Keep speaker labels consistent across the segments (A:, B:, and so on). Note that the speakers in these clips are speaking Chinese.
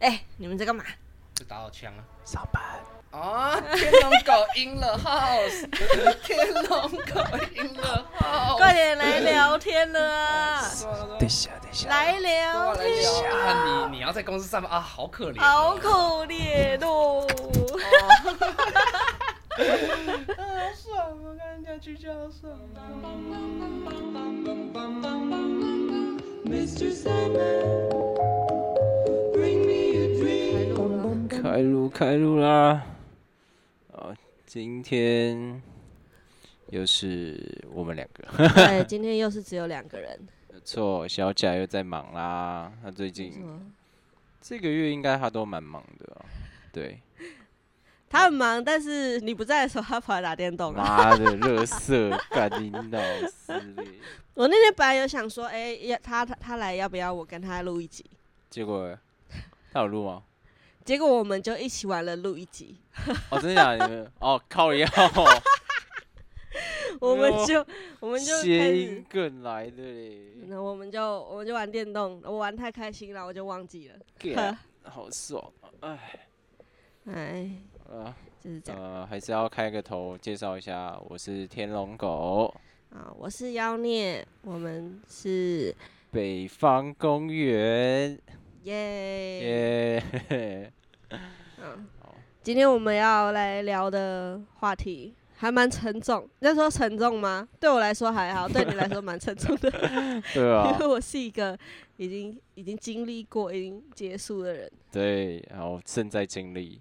A: 哎、你们在干嘛？
B: 就打好枪啊！
C: 上班。
B: 啊！天龙狗 in the house，天龙狗 in the house，
A: 快点来聊天了啊！
C: 等一下，等一下。
A: 来聊
B: 过来
A: 天，
B: 聊啊！你你要在公司上班啊，好可怜、
A: 好可怜哦。
B: 好爽啊！跟人家去就好爽、
D: Mr. Sandman, bring me a dream.
C: 开录，开录啦！啊，今天又是我们两个，
A: 对，今天又是只有两个人，
C: 没错，小贾又在忙啦。他最
A: 没
C: 近
A: 错
C: 这个月应该他都蛮忙的啊、对，
A: 他很忙，但是你不在的时候，他跑来打电动啊。
C: 妈的，乐色，干你老师嘞！
A: 我那天本来有想说，哎、要他他他来，要不要我跟他录一集？
C: 结果他有录吗？
A: 结果我们就一起玩了录一集，
C: 哦，真的假的？你们哦，靠腰，
A: 我们就我们就开
C: 谐
A: 始
C: 音，梗来的嘞，
A: 那我们就我们就玩电动，我玩太开心了，我就忘记了。
C: 干好爽啊！哎，
A: 哎，
C: 好啦
A: 就是这样
C: 呃，还是要开个头，介绍一下，我是天龙狗，
A: 啊！我是妖孽，我们是
C: 北方公园，
A: 耶。
C: 耶、 嘿嘿
A: 嗯
C: 好，
A: 今天我们要来聊的话题还蛮沉重，你在说沉重吗？对我来说还 好，对你来说蛮沉重的，
C: 对啊
A: 因，为我是一个已经已经经历过、已经结束的人。
C: 对，然后正在经历。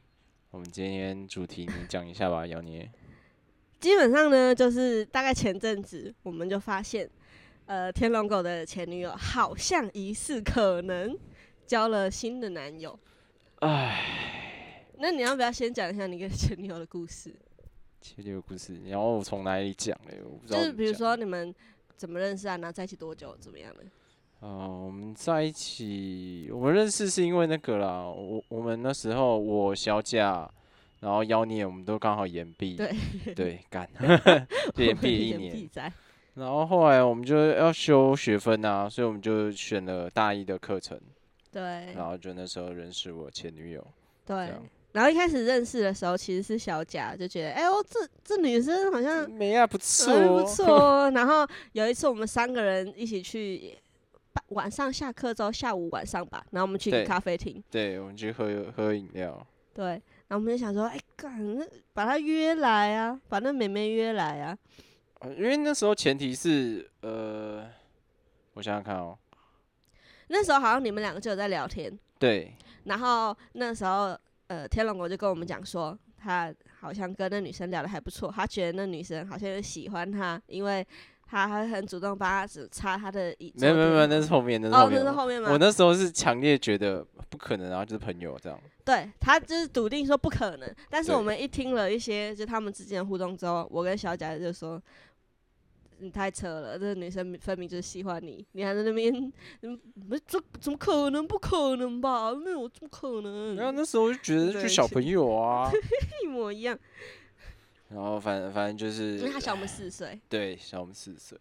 C: 我们今天主题你讲一下吧，姚妮。
A: 基本上呢，就是大概前阵子我们就发现，呃，天龙狗的前女友好像疑似可能交了新的男友。
C: 唉，
A: 那你要不要先讲一下你跟前女友的故事？
C: 其实有故事，然后我从哪里讲嘞？我不知道
A: 就
C: 怎么讲。
A: 是比如说你们怎么认识啊，然后在一起多久，怎么样的？
C: 呃，我们在一起，我们认识是因为那个啦，我我们那时候我小贾，然后妖孽，我们都刚好延毕，
A: 对
C: 对， 干， 就延毕了一
A: 眼必
C: 年。
A: 在
C: 然后后来我们就要修学分啊，所以我们就选了大一的课程，
A: 对
C: 然后就那时候认识我前女友，这
A: 对
C: 样。
A: 然后一开始认识的时候，其实是小贾就觉得，哎、呦，这这女生好像
C: 没啊，不错
A: 哎
C: 哦，
A: 嗯不错 哦。然后有一次我们三个人一起去，晚上下课之后，下午晚上吧，然后我们去一个
C: 对
A: 咖啡厅，
C: 对，我们去喝喝饮料，
A: 对，然后我们就想说，哎、干，那把她约来啊，把那妹妹约来啊，
C: 呃因为那时候前提是，呃，我想想看哦，
A: 那时候好像你们两个就有在聊天，
C: 对，
A: 然后那时候呃，天龙国就跟我们讲说，他好像跟那女生聊得还不错，他觉得那女生好像有喜欢他，因为他还很主动帮他只擦他的椅。
C: 没有没有没有，那是后面，那是后
A: 哦，
C: 面
A: 那是
C: 我
A: 后面吗？
C: 我那时候是强烈觉得不可能啊，就是朋友这样。
A: 对他就是笃定说不可能，但是
C: 对
A: 我们一听了一些就他们之间的互动之后，我跟小贾就说。你太扯了，这女生分明就是喜欢你，你还在那边，嗯，不这怎么可能？不可能吧？没有，怎么可能？
C: 然后那时候就觉得
A: 嗯对
C: 就小朋友啊，
A: 一模一样，
C: 然后反正反正就是
A: 因为他小我们四岁。
C: 对小我们四岁，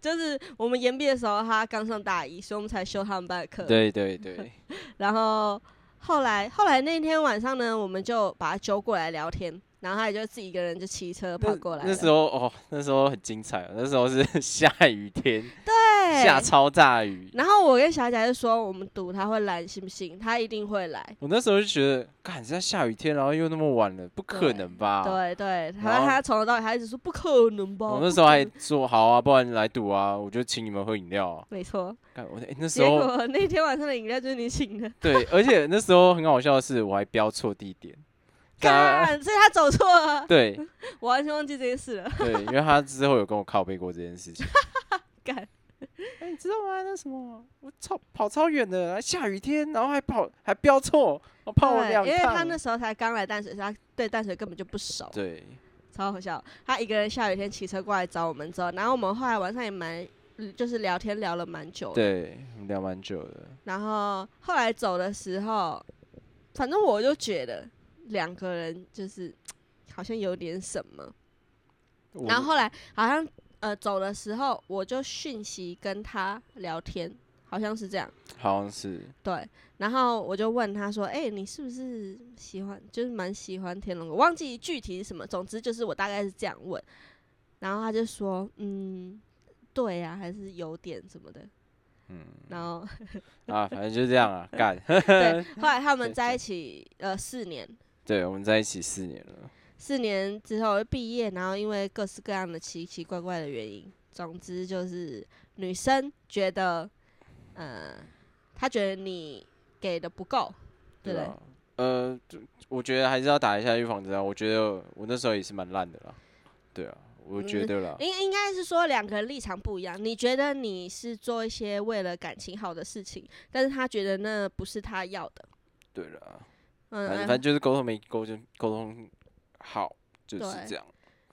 A: 就是我们研毕的时候，他刚上大一，所以我们才修他们班的课。。
C: 对 对对，
A: 然后后来后来那天晚上呢，我们就把他揪过来聊天，然后他也就自己一个人就骑车跑过来
C: 那时
A: 候
C: 候哦，那时候很精彩哦，那时候是下雨天，
A: 对
C: 下超大雨。
A: 然后我跟小贾就说，我们赌他会来，信不信？他一定会来。
C: 我那时候就觉得，干在下雨天，然后又那么晚了，不可
A: 对
C: 能吧？
A: 对对，他
C: 然后
A: 他从头到尾他一直说不可能吧。
C: 我
A: 不
C: 那时候
A: 可
C: 还
A: 能
C: 说好啊，不然来赌啊，我就请你们喝饮料啊。
A: 没错，
C: 干我、诶那时
A: 结
C: 候
A: 果那天晚上的饮料就是你请的，
C: 对，而且那时候很好笑的是，我还标错地点。大家
A: 干，所以他走错了，
C: 对，
A: 我完全忘记这件事了，
C: 对，因为他之后有跟我靠背过这件事情。
A: 干。
C: 哎、你知道吗？那什么，我超跑超远的，还下雨天，然后还跑还飙错，我跑了
A: 对
C: 两
A: 因为他
C: 趟
A: 那。时候才刚来淡水，所以他对淡水根本就不熟，
C: 对，
A: 超好笑。他一个人下雨天骑车过来找我们之后，然后我们后来晚上也蛮，嗯就是聊天聊了蛮久的。
C: 对，我们聊蛮久的。
A: 然后后来走的时候，反正我就觉得两个人就是好像有点什么。
C: 我
A: 然后后来好像呃走的时候，我就讯息跟他聊天，好像是这样。
C: 好像是
A: 对，然后我就问他说：“哎、你是不是喜欢，就是蛮喜欢天龙国？忘记具体是什么，总之就是我大概是这样问。”然后他就说：“嗯，对呀、还是有点什么的。”
C: 嗯，
A: 然后
C: 啊，反正就这样 啊，干。
A: 对，后来他们
C: 对
A: 在
C: 对
A: 一起呃四年，
C: 对，我们在一起四年了，
A: 四年之后毕业，然后因为各式各样的奇奇怪怪的原因，总之就是女生觉得，呃，她觉得你给的不够，对不对？
C: 吧？呃，就我觉得还是要打一下预防针啊。我觉得我那时候也是蛮烂的啦，对啊，我
A: 嗯
C: 觉得啦，
A: 应应该是说两个人立场不一样。你觉得你是做一些为了感情好的事情，但是他觉得那不是他要的。
C: 对啦，
A: 嗯，
C: 反正
A: 然
C: 反
A: 后
C: 正就是沟通没沟通沟通好，就
A: 对
C: 是这样。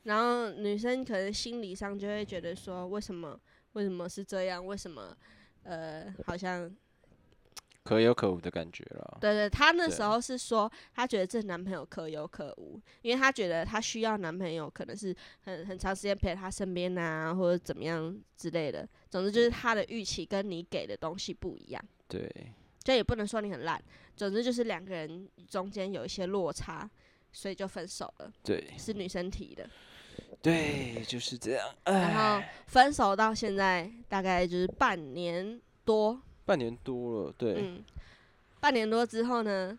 A: 然后女生可能心理上就会觉得说，为什么为什么是这样？为什么呃，好像
C: 可有可无的感觉啦。
A: 对对，她那
C: 对
A: 时候是说，她觉得这男朋友可有可无，因为她觉得她需要男朋友，可能是很很长时间陪她身边啊，或者怎么样之类的。总之就是她的预期跟你给的东西不一样。
C: 对，
A: 这也不能说你很烂，总之就是两个人中间有一些落差，所以就分手了，
C: 对，
A: 是女生提的。
C: 对，就是这样。
A: 然
C: 哎，
A: 后分手到现在大概就是半年多，
C: 半年多了，对，
A: 嗯，半年多之后呢，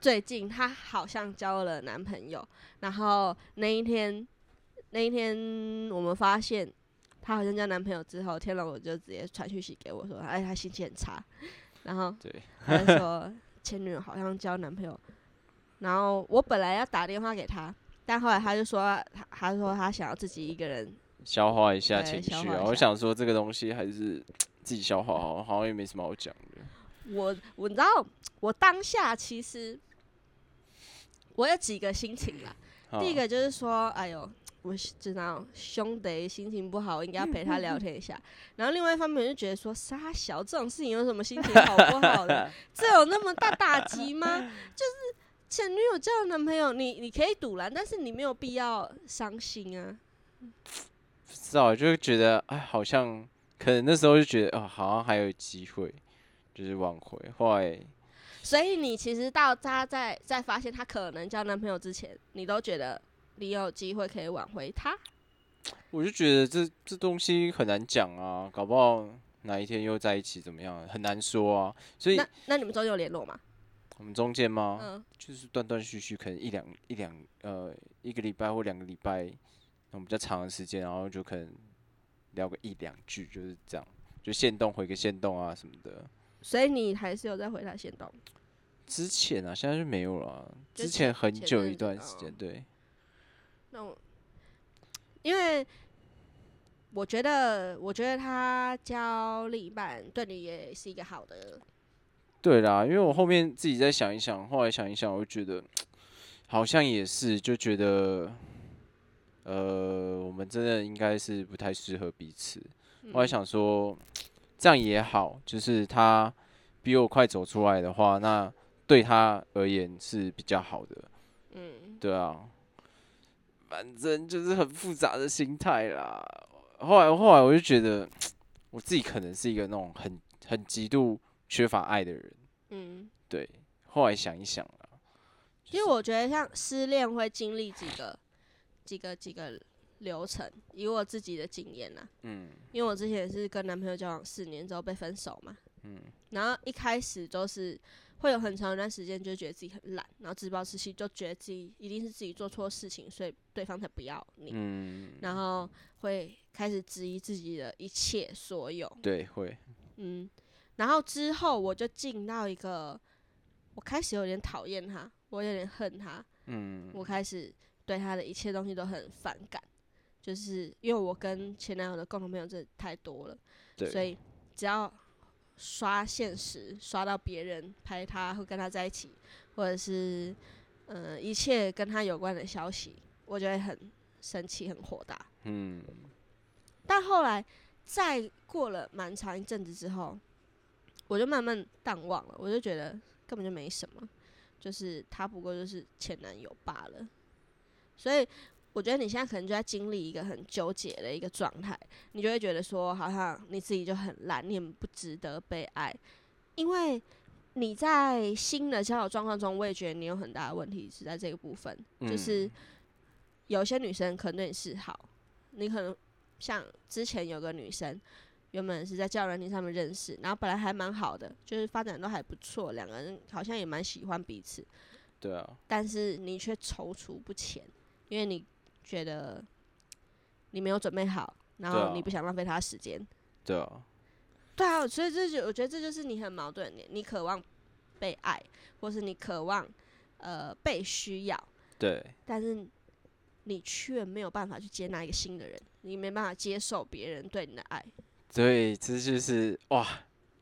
A: 最近她好像交了男朋友，然后那一天那一天我们发现她好像交男朋友之后，天龙我就直接传讯息给我说，哎，她心情很差， 然后
C: 对，
A: 他就说前女友好像交男朋友，然后我本来要打电话给他，但后来他就说他他说他想要自己一个人，
C: 消化一下
A: 对
C: 情
A: 消
C: 绪
A: 化
C: 啊。
A: 一
C: 我
A: 下
C: 想说这个东西还是自己消化好，好像也没什么好讲的。
A: 我我你知道我当下其实我有几个心情啦，第一
C: 啊
A: 个就是说哎呦。我是知道兄弟心情不好，我应该要陪他聊天一
C: 嗯
A: 下。然后另外一方面，我就觉得说，傻小这种事情有什么心情好不好 的？这有那么大打击吗？就是前女友交了男朋友，你你可以堵拦，但是你没有必要伤心啊。
C: 不知道，就会觉得哎，好像可能那时候就觉得啊、好像还有机会，就是挽回。后来
A: 所以你其实到她在在发现她可能交男朋友之前，你都觉得你有机会可以挽回她。
C: 我就觉得这这东西很难讲啊，搞不好哪一天又在一起怎么样，很难说啊。所以哦
A: 那那你们中间有联络吗？
C: 我们中间吗，
A: 嗯，
C: 就是断断续续，可能一两一两呃一个礼拜或两个礼拜，那种比较长的时间，然后就可能聊个一两句，就是这样，就线动回个线动啊什么的。
A: 所以你还是有在回她先动。
C: 之前啊，现在就没有了啊、
A: 就
C: 之
A: 前
C: 前很
A: 前
C: 久
A: 阵
C: 一
A: 子
C: 段时
A: 哦
C: 间，对，
A: 那我因为我觉得，我觉得她交另一半对你也是一个好的
C: 对啦，因为我后面自己再想一想，后来想一想，我就觉得好像也是，就觉得呃，我们真的应该是不太适合彼此。我还想说，这样也好，就是他比我快走出来的话，那对他而言是比较好的。
A: 嗯，
C: 对啊，反正就是很复杂的心态啦。后来后来我就觉得，我自己可能是一个那种很很极度缺乏爱的人。
A: 嗯，
C: 对，后来想一想啊啦，
A: 其实我觉得像失恋会经历几个、几个、几个流程，以我自己的经验呐、
C: 嗯，
A: 因为我之前也是跟男朋友交往四年之后被分手嘛，
C: 嗯，
A: 然后一开始都是会有很长一段时间就觉得自己很懒，然后自暴自弃，就觉得自己一定是自己做错事情，所以对方才不要你，
C: 嗯，
A: 然后会开始质疑自己的一切所有，
C: 对，会，
A: 嗯，然后之后我就进到一个，我开始有点讨厌他，我有点恨他，
C: 嗯，
A: 我开始对他的一切东西都很反感，就是因为我跟前男友的共同朋友真的太多了，
C: 对，
A: 所以只要刷现实刷到别人拍他或跟他在一起，或者是嗯、呃一切跟他有关的消息，我就会很生气很火大。
C: 嗯，
A: 但后来再过了蛮长一阵子之后，我就慢慢淡忘了，我就觉得根本就没什么，就是他不过就是前男友罢了。所以我觉得你现在可能就在经历一个很纠结的一个状态，你就会觉得说，好像你自己就很烂，你很不值得被爱，因为你在新的交友状况中，我也觉得你有很大的问题是在这个部分，就
C: 嗯
A: 是有些女生可能对你示好，你可能像之前有个女生。原本是在交友软件上面认识，然后本来还蛮好的，就是发展都还不错，两个人好像也蛮喜欢彼此。
C: 对啊，
A: 但是你却踌躇不前，因为你觉得你没有准备好，然
C: 对啊
A: 后你不想浪费他时间。
C: 对啊，
A: 对啊，所以这就我觉得这就是你很矛盾的点，你渴望被爱，或是你渴望呃被需要，
C: 对，
A: 但是你却没有办法去接纳一个新的人，你没办法接受别人对你的爱。
C: 对，这就是哇，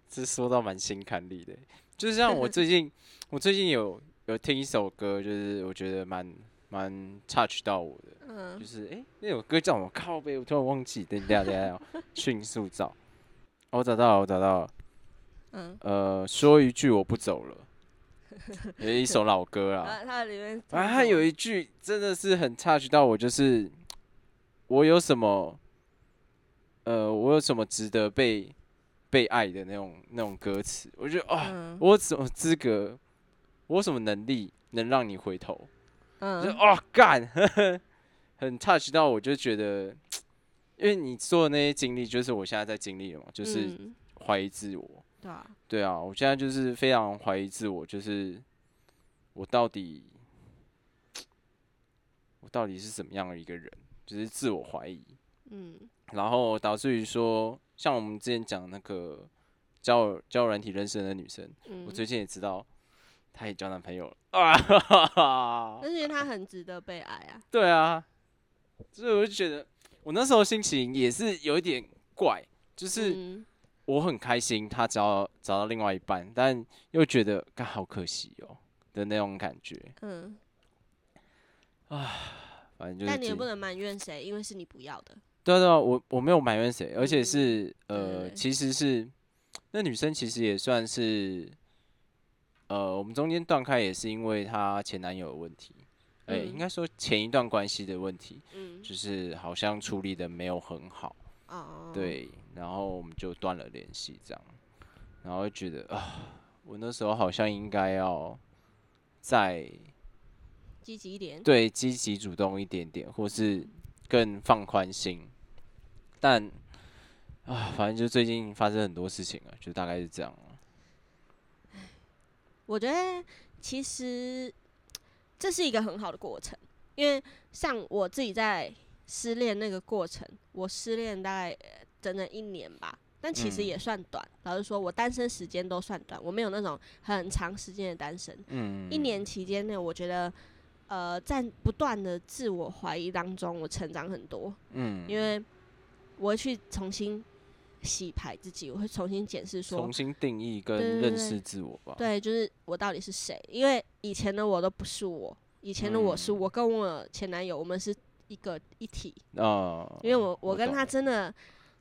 C: 这说到蛮心坎里的欸。就像我最近，我最近有有听一首歌，就是我觉得蛮蛮 touch 到我的，
A: 嗯
C: 就，是诶，那首歌叫什么？靠背，我突然忘记。等一下，等一下， 迅速找，哦我找到了，我找到了。
A: 嗯，
C: 呃，说一句我不 走了，有一首老歌啦。
A: 啊，他里面
C: 啊，他有
A: 一
C: 一句真的是很 touch 到我，就是我有什么，呃，我有什么值得被被爱的那种那种歌词，我觉得啊、
A: 嗯
C: 我有什么资格，我有什么能力能让你回头？就
A: 嗯
C: 哦干， 很 touch 到我，就觉得，因为你说的那些经历，就是我现在在经历了嘛，就是
A: 嗯
C: 怀疑自我，
A: 对啊，
C: 对啊，我现在就是非常怀疑自我，就是我到底我到底是怎么样的一个人，就是自我怀疑，
A: 嗯
C: 然后导致于说，像我们之前讲那个交友交友软体认识的那女生，
A: 嗯，
C: 我最近也知道她也交男朋友了啊，
A: 但是因为他很值得被爱啊。
C: 对啊，所以我就觉得我那时候心情也是有一点怪，就是。
A: 嗯
C: 我很开心他找到找到另外一半，但又觉得干好可惜哦的那种感觉。
A: 嗯，
C: 反正就是
A: 但你也
C: 这
A: 不能埋怨谁，因为是你不要的。
C: 对啊对啊，我我没有埋怨谁，而且
A: 嗯
C: 是
A: 对对
C: 呃，
A: 对
C: 其实是那女生其实也算是呃，我们中间断开也是因为她前男友的问题，哎、
A: 嗯
C: 应该说前一段关系的问题，
A: 嗯，
C: 就是好像处理的没有很好。
A: 哦，，
C: 对，然后我们就断了联系，这样，然后就觉得啊，我那时候好像应该要再
A: 积极一点。，
C: 对积极主动一点点，或是更放宽心，但啊，反正就最近发生很多事情啊，就大概是这样了。
A: 我觉得其实这是一个很好的过程，因为像我自己在失恋那个过程，我失恋大概呃整整一年吧。但其实
C: 嗯
A: 也算短，老实说，我单身时间都算短，我没有那种很长时间的单身。
C: 嗯，
A: 一年期间内，我觉得，呃，在不断的自我怀疑当中，我成长很多。
C: 嗯，
A: 因为我会去重新洗牌自己，我会重新检视说
C: 重，新定义
A: 对对
C: 跟
A: 对
C: 认识自我吧。
A: 对，就是我到底是谁？因为以前的我都不是我，以前的我是
C: 嗯
A: 我跟我前男友，我们是一个一体，
C: 啊，
A: 因为我我
C: 我
A: 跟
C: 懂嗯
A: 他真的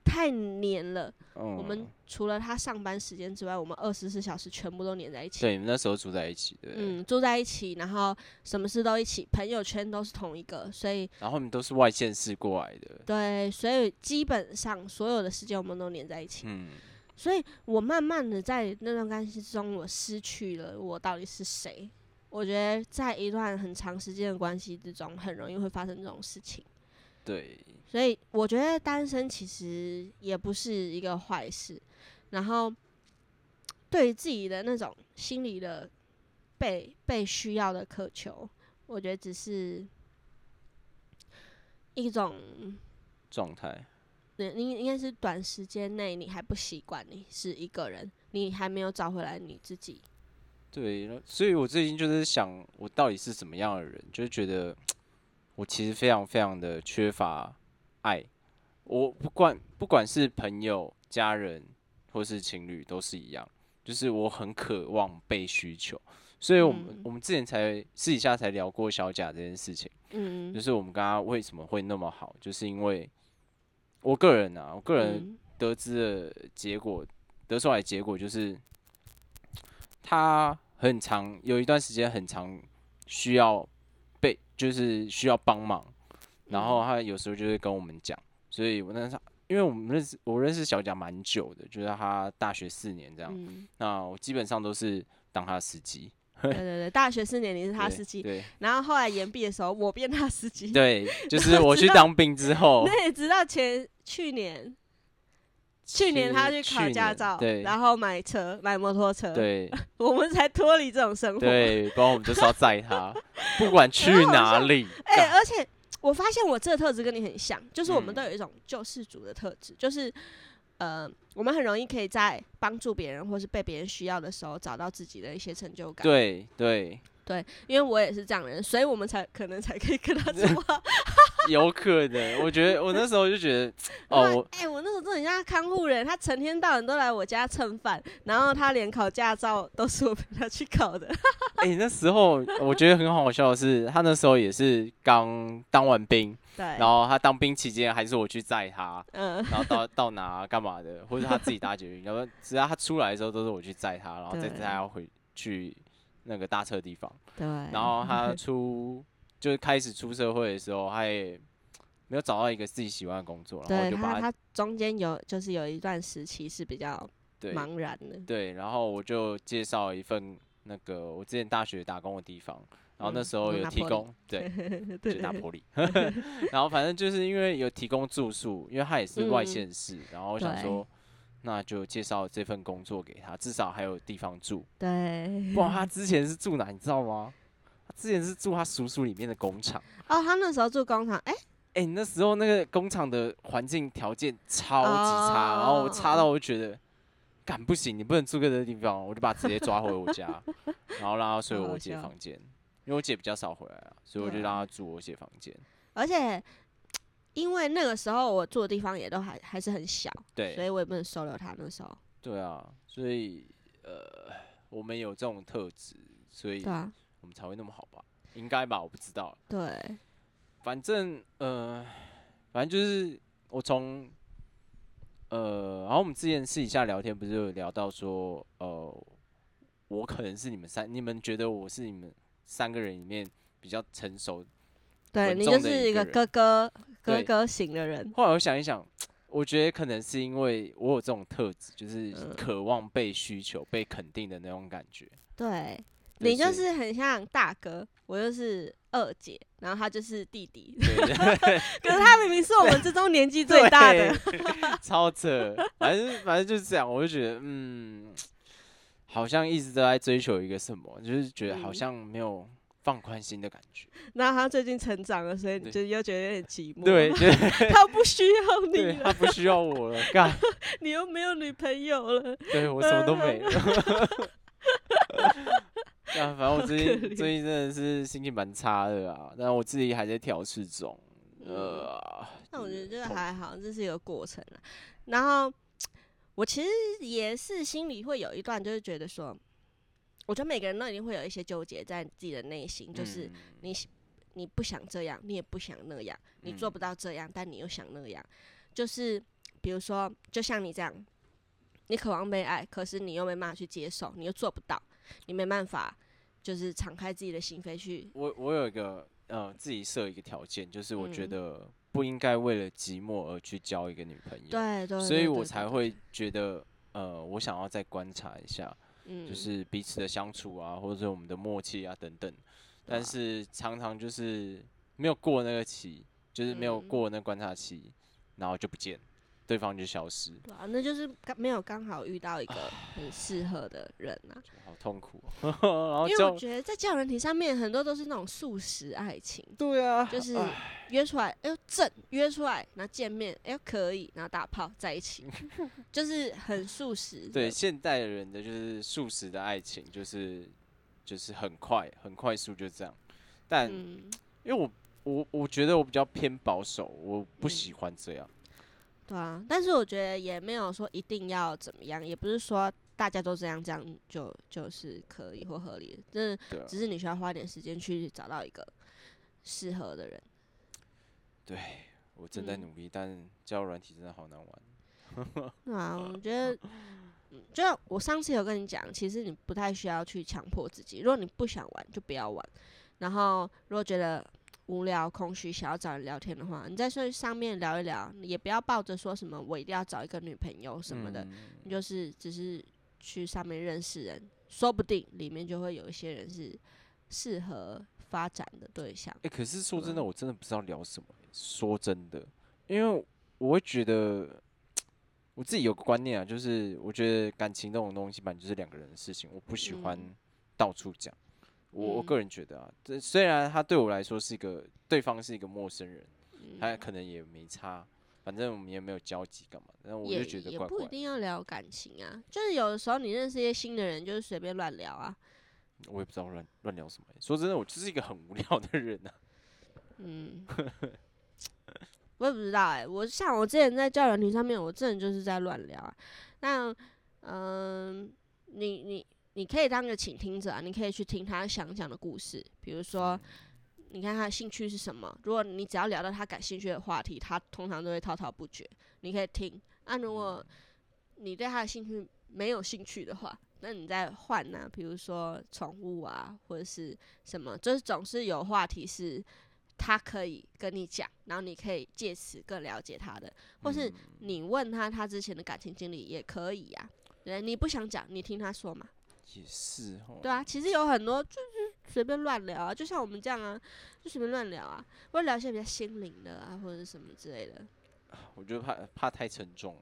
A: 太黏了，我
C: 我
A: 们除了他上班时间之外，我们二十四小时全部都黏在一起。
C: 对你们那时候住在一起，对不对，
A: 嗯，住在一起，然后什么事都一起，朋友圈都是同一个，所以
C: 然后你们都是外县市过来的，
A: 对，所以基本上所有的时间我们都黏在一起。
C: 嗯，
A: 所以我慢慢的在那段关系之中，我失去了我到底是谁。我觉得在一段很长时间的关系之中，很容易会发生这种事情。
C: 对，
A: 所以我觉得单身其实也不是一个坏事。然后对于自己的那种心理的被被需要的渴求，我觉得只是一种
C: 状态。
A: 对，你应该是短时间内你还不习惯你是一个人，你还没有找回来你自己。
C: 对，然后所以我最近就是想，我到底是怎么样的人，就是觉得我其实非常非常的缺乏爱。我不管不管是朋友、家人或是情侣都是一样，就是我很渴望被需求。所以我们、
A: 嗯
C: 我们之前才私底下才聊过小贾这件事情，
A: 嗯
C: 就，是我们刚刚为什么会那么好，就是因为我个人啊，我个人
A: 嗯
C: 得知的结果，得出来的结果就是，他很长有一段时间很长需要被，就是需要帮忙，
A: 嗯
C: 然后他有时候就会跟我们讲，所以我那时候因为我们认识我认识小贾蛮久的，就是他大学四年这样，
A: 嗯，
C: 那我基本上都是当他的司机，
A: 对对对，大学四年你是他
C: 对
A: 司机，
C: 对
A: 然后后来延毕的时候我变他司机，
C: 对，哦就
A: 然
C: 是
A: 后
C: 我
A: 直
C: 去
A: 到
C: 当兵之后，
A: 那也直到前去年，去年他去考
C: 去
A: 驾
C: 年
A: 照，
C: 对
A: 然后买车买摩托车，
C: 对
A: 我们才脱离这种生活。
C: 对，不然我们就是要载他，不 管去哪里，
A: 哎、
C: 干
A: 而且我发现我这个特质跟你很像，就是我们
C: 嗯
A: 都有一种救世主的特质，就是呃，我们很容易可以在帮助别人或是被别人需要的时候找到自己的一些成就感。，
C: 对对，
A: 因为我也是这样的人，所以我们才可能才可以跟他说 话。
C: 有可能，我觉得我那时候就觉得，
A: 哇
C: 哦，我
A: 哎、我那时候真的很像看护人，他成天到晚都来我家蹭饭，然后他连考驾照都是我陪他去考的。
C: 哎、那时候我觉得很好笑的是，他那时候也是刚当完兵，
A: 对，
C: 然后他当兵期间还是我去载他，
A: 嗯，
C: 然后到 到哪干嘛的，或者他自己搭捷运，然后只要他出来的时候都是我去载他，然后再
A: 对
C: 载他回去那个搭车的地方。
A: 对，
C: 然后 他出就是开始出社会的时候，他也没有找到一个自己喜欢的工作，然后我
A: 对
C: 就把
A: 他他中间有就是有一段时期是比较
C: 对
A: 茫然的，
C: 对，然后我就介绍一份那个我之前大学打工的地方，然后那
A: 嗯
C: 时候
A: 拿
C: 有
A: 拿
C: 提
A: 破里
C: 供对
A: 对
C: 就是拿坡 里，然后反正就是因为有提供住宿，因为他也是外
A: 嗯
C: 县市，然后我想
A: 对
C: 说。那就介绍这份工作给他，至少还有地方 住。
A: 对。
C: 不然他之前是住哪，你知道吗？他之前是住他叔叔里面的工厂。
A: 哦，他那时候住工厂，哎、
C: 哎、那时候那个工厂的环境条件超级差，然后我差
A: 哦
C: 到我就觉得，干不行，你不能住这个地方，我就把他直接抓回我家，然后让他睡
A: 好好
C: 我姐
A: 笑
C: 房间，因为我姐比较少回来啊，所以我就
A: 对
C: 让他住我姐房间。
A: 而且因为那个时候我住的地方也都还还是很小，所以
C: 对，
A: 我也不能收留他。那时候，
C: 对啊，所以呃，我们有这种特质，所以
A: 对啊，
C: 我们才会那么好吧？应该吧，我不知道，啊
A: 对，
C: 反正呃，反正就是我从呃，然后我们之前私底下聊天，不是有聊到说，呃，我可能是你们三，你们觉得我是你们三个人里面比较成熟。
A: 对
C: 稳
A: 你
C: 重
A: 就
C: 的
A: 是
C: 一
A: 一个哥
C: 个
A: 哥哥
C: 对
A: 哥型的人，
C: 后来我想一想，我觉得可能是因为我有这种特质，就是
A: 嗯
C: 渴望被需求、被肯定的那种感觉。
A: 对
C: 对
A: 你就
C: 所以
A: 是很像大哥，我就是二姐，然后他就是弟弟，
C: 对对对
A: 可是他明明是我们之中年纪 最大的，
C: 对，超扯。反正反正就是这样，我就觉得嗯，好像一直都在追求一个什么，就是觉得好
A: 嗯
C: 像没有放宽心的感觉。
A: 然后他最近成长了，所以
C: 对
A: 就又觉得有点寂寞。
C: 对，，就是
A: 他不需要你
C: 对
A: 了，
C: 他不需要我了， 干，
A: 你又没有女朋友了。
C: 对我什么都 没了。啊，反正我最
A: 好可怜
C: 近最近真的是心情蛮差的啊，但我自己还在调试中。呃，
A: 那我觉得这
C: 痛
A: 个还好，这是一个过程啊。然后我其实也是心里会有一段，就是觉得说，我觉得每个人都一定会有一些纠结在自己的内心，就是
C: 嗯
A: 你喜你不想这样，你也不想那样，你做不
C: 嗯
A: 到这样，但你又想那样，就是比如说，就像你这样，你渴望被爱，可是你又没办法去接受，你又做不到，你没办法就是敞开自己的心扉去。
C: 我我有一个呃自己设一个条件，就是我觉
A: 嗯
C: 得不应该为了寂寞而去交一个女朋友，
A: 对对，
C: 所以
A: 对
C: 我
A: 对
C: 才
A: 对
C: 会觉得呃我想要再观察一下，
A: 嗯，
C: 就是彼此的相处啊，或者是我们的默契啊等等，但
A: 啊
C: 是常常就是没有过那个期，就是没有
A: 嗯
C: 过那观察期，然后就不见，对方就消失，
A: 对啊，那就是刚没有刚好遇到一个
C: 啊
A: 很适合的人啊。
C: 好痛苦哦、 然后
A: 因为我
C: 就
A: 觉得在交友人体上面，很多都是那种速食爱情，
C: 对啊，
A: 就是
C: 唉
A: 约出来，哎呦正，约出来，然后见面，哎呦可以，然后打炮在一 起，就是很速食的。
C: 对现代人的就是速食的爱情，就是就是很快很快速就这样。但因
A: 嗯，
C: 为我我我觉得我比较偏保守，我不
A: 嗯
C: 喜欢这样。
A: 对啊。但是我觉得也没有说一定要怎么样，也不是说大家都这样，这样就就是可以或合理的，真的
C: 对啊，
A: 只是你需要花点时间去找到一个适合的人。
C: 我正在
A: 嗯
C: 努力，但交友软体真的好难玩。
A: 对啊，我觉得，嗯就像我上次有跟你讲，其实你不太需要去强迫自己。如果你不想玩，就不要玩。然后如果觉得无聊、空虚，想要找人聊天的话，你在上上面聊一聊，也不要抱着说什么我一定要找一个女朋友什么的，
C: 嗯
A: 你就是只是去上面认识人，说不定里面就会有一些人是适合发展的对象。
C: 哎、可是说
A: 对啊
C: 真的，
A: 吧
C: 我真的不知道聊什么欸、说真的，因为我会觉得我自己有个观念啊，就是我觉得感情这种东西，本来就是两个人的事情，我不喜欢
A: 嗯
C: 到处讲。我我个
A: 嗯
C: 人觉得啊，这虽然他对我来说是一个对方是一个陌生人，
A: 嗯
C: 他可能也没差，反正我们也没有交集干嘛，但我
A: 也
C: 就觉得
A: 也
C: 怪
A: 不一
C: 怪。
A: 定要聊感情啊，就是有的时候你认识一些新的人，就是随便乱聊啊。
C: 我也不知道乱乱聊什么欸、说真的，我就是一个很无聊的人啊。
A: 嗯， 我也不知道哎、我像我之前在交友软件上面，我真的就是在乱聊啊。那嗯、你你你可以当个倾听者啊，你可以去听他想讲的故事，比如说。你看他的兴趣是什么？如果你只要聊到他感兴趣的话题，他通常都会滔滔不绝。你可以听。那、如果你对他的兴趣没有兴趣的话，那你再换呢、比如说宠物啊，或者是什么，就是总是有话题是他可以跟你讲，然后你可以借此更了解他的，或是你问他他之前的感情经历也可以呀、对，你不想讲，你听他说嘛。
C: 也是哦。
A: 对啊，其实有很多就是随便乱聊啊，就像我们这样啊，就随便乱聊啊，或者聊一些比较心灵的啊，或者是什么之类的。
C: 我就怕怕太沉重了。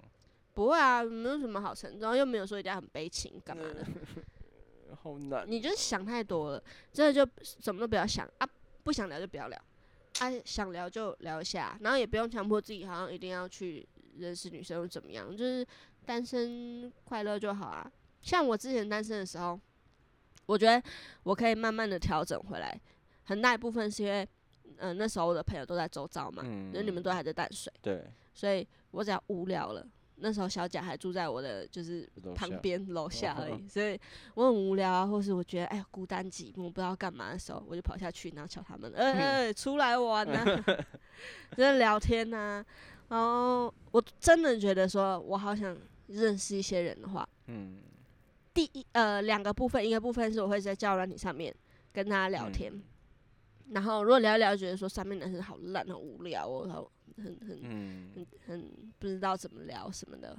A: 不会啊，没有什么好沉重，又没有说一定要很悲情干嘛的。
C: 好难
A: 你就是想太多了，真的就什么都不要想啊，不想聊就不要聊，啊想聊就聊一下，然后也不用强迫自己好像一定要去认识女生或怎么样，就是单身快乐就好啊。像我之前单身的时候，我觉得我可以慢慢的调整回来，很大一部分是因为，嗯、那时候我的朋友都在周遭嘛，
C: 嗯
A: 就你们都还在淡水，
C: 对
A: 所以我只要无聊了，那时候小贾还住在我的就是
C: 楼
A: 旁
C: 下哦
A: 边楼下而 已，所以我很无聊啊，或是我觉得哎孤单寂寞不知道干嘛的时候，我就跑下去然后叫他们，哎、
C: 嗯
A: 哎哎出来玩呐、 啊， 就是聊天呐、然后我真的觉得说我好想认识一些人的话，
C: 嗯，
A: 第一呃两个部分，一个部分是我会在交友软体上面跟大家聊天，
C: 嗯
A: 然后如果聊一聊觉得说上面男生好烂好无聊哦，好很很
C: 嗯，
A: 很不知道怎么聊什么的，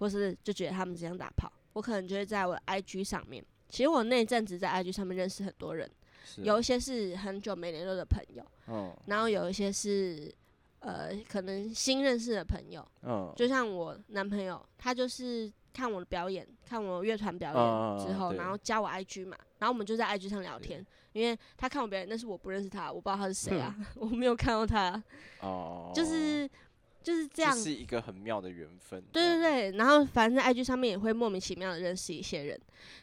A: 或是就觉得他们只想打炮，我可能就会在我的 IG 上面。其实我那阵子在 IG 上面认识很多人，
C: 是
A: 有一些是很久没联络的朋友，
C: 嗯
A: 然后有一些是呃可能新认识的朋友，
C: 嗯，
A: 就像我男朋友，他就是看我的表演，看我乐团表
C: 啊
A: 演之后，
C: 对
A: 然后加我 IG 嘛，然后我们就在 IG 上聊天，因为他看我表演，但是我不认识他，我不知道他是谁 啊，我没有看到他，
C: 哦，
A: 就是就是这
C: 这
A: 样
C: 是一个很妙的缘分。
A: 对对对，然后反正在 IG 上面也会莫名其妙的认识一些人，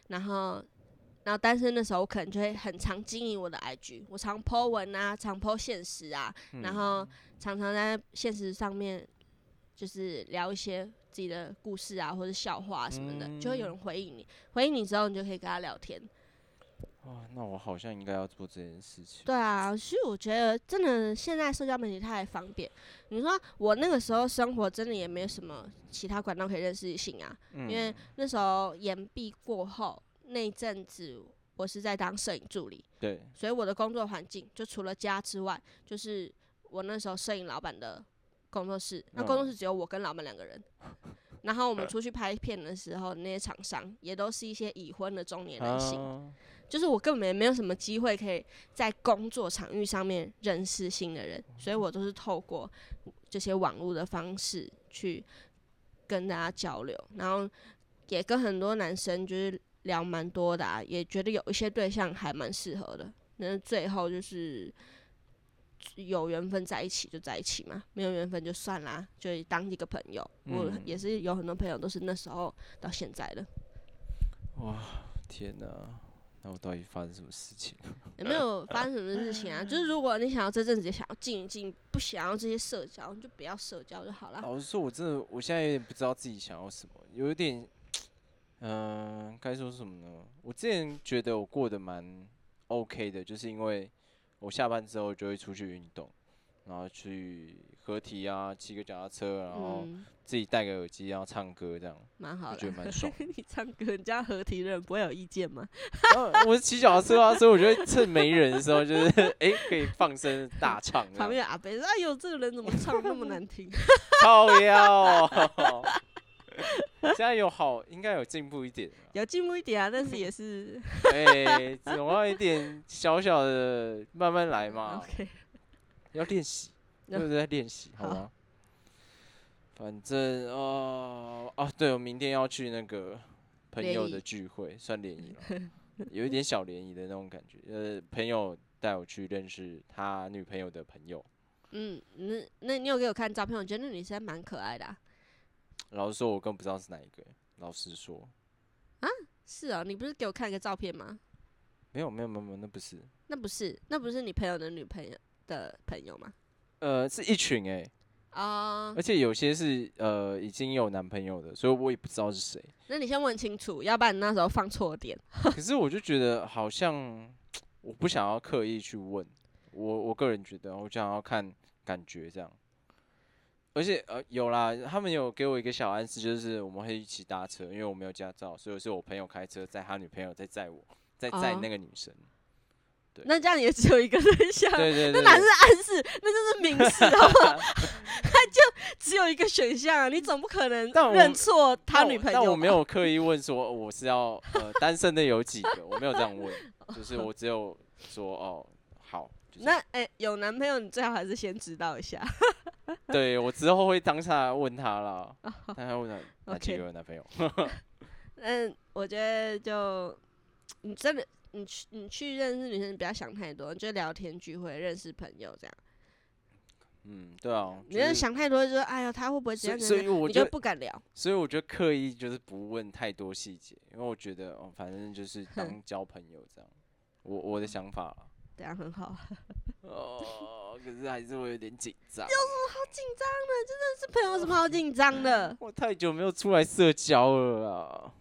A: 然后然后单身的时候，我可能就会很常经营我的 IG，我常 po 文啊，常 po 现实啊，
C: 对
A: 然后常常在现实上面就是聊一些自己的故事啊，或者笑话、啊、什么的，就会有人回应你，回应你之后，你就可以跟他聊天。
C: 哦，那我好像应该要做这件事情。
A: 对啊，其实我觉得真的现在社交媒体太方便。你说我那个时候生活真的也没有什么其他管道可以认识异性啊，
C: 嗯，
A: 因为那时候延毕过后那一阵子，我是在当摄影助理，
C: 对，
A: 所以我的工作环境就除了家之外，就是我那时候摄影老板的工作室。那
C: 嗯
A: 工作室只有我跟老板两个人。然后我们出去拍片的时候，那些厂商也都是一些已婚的中年男性，
C: 啊
A: 就是我根本没有什么机会可以在工作场域上面认识新的人，所以我都是透过这些网络的方式去跟大家交流，然后也跟很多男生就是聊蛮多的、啊，也觉得有一些对象还蛮适合的。那最后就是有缘分在一起就在一起嘛，没有缘分就算啦，就当一个朋友。我
C: 嗯
A: 也是有很多朋友都是那时候到现在的。
C: 天哪、那我到底发生什么事情？
A: 也没有发生什么事
C: 嗯
A: 情啊。就是如果你想要这阵子也想要静一静，不想要这些社交，你就不要社交就 好了。
C: 老实说，我真的，我现在有点不知道自己想要什么，有一点，嗯、该说什么呢？我之前觉得我过得蛮 OK 的，就是因为我下班之后就会出去运动，然后去合体啊，骑个脚踏车，然后
A: 嗯，
C: 自己戴个耳机，然后唱 歌这样，
A: 蛮好
C: 我哦觉
A: 的。
C: 得。蛮爽
A: 你唱歌，人家合体人不会有意见吗？
C: 然后我是骑脚踏车啊，所以我觉得趁没人的时候，就是 哎、可以放声大唱这样，
A: 旁边有阿伯说：“哎呦，这个人怎么唱那么难听
C: 靠腰。哦 现在有好，应该有进步一点啊。？”
A: 有进步一点啊，但是也是
C: 哎，总要一点小小的，慢慢来 嘛，
A: OK。
C: 要练习，
A: 那
C: 都是在练习，好
A: 好
C: 吗？反正哦哦，对，我明天要去那个朋
A: 联
C: 友
A: 谊
C: 的聚会，算联谊了， 有一点小联谊的那种感觉。呃，朋友带我去认识他女朋友的朋友，
A: 嗯，那那你有给我看照片？我觉得那女生蛮可爱的啊、
C: 老实说，我更不知道是哪一个。老实说，
A: 是哦，你不是给我看一个照片吗？
C: 没有没有没有没有，那不是，
A: 那不是，那不是你朋友的女朋友的朋友吗？
C: 呃，是一群哎、
A: 哦、
C: 而且有些是呃已经有男朋友的，所以我也不知道是谁。
A: 那你先问清楚，要不然你那时候放错点。
C: 可是我就觉得好像我不想要刻意去问，我我个人觉得我想要看感觉这样。而且呃有啦，他们有给我一个小暗示，就是我们会一起搭车，因为我没有驾照，所以是我朋友开车载他女朋友，再载我，再载
A: 哦
C: 那个女生。对
A: 那这样也只有一个对象，
C: 对对
A: 那
C: 对
A: 哪是
C: 对
A: 暗示？那就是明 示，好不好？他就只有一个选项啊，你总不可能
C: 但我
A: 认错他
C: 但
A: 女
C: 我
A: 朋友吧。
C: 但我没有刻意问说呃我是要呃单身的有几个，我没有这 样问，就是我只有说哦好。就是
A: 那哎、有男朋友你最好还是先知道一下。
C: 对我之后会当下问他啦，当下问他哪
A: 哦
C: 几
A: OK
C: 个有男朋友？
A: 嗯，我觉得就你真的，你去你去认识女生，你不要想太多，你就聊天聚会、认识朋友这样。
C: 嗯，对啊，
A: 你
C: 就
A: 要
C: 是，
A: 想太多，就说哎呦，他会不会怎
C: 所以
A: 样
C: 所
A: 怎
C: 以
A: 样，
C: 我
A: 你就
C: 就
A: 不敢聊。
C: 所以我就刻意就是不问太多细节，因为我觉得哦，反正就是当交朋友这样，我我的想法 啦。
A: 这样很好啊，
C: 哦，可是还是会有点紧张，
A: 啊这朋友有什么好紧张的？
C: 我太久没有出来社交了啦，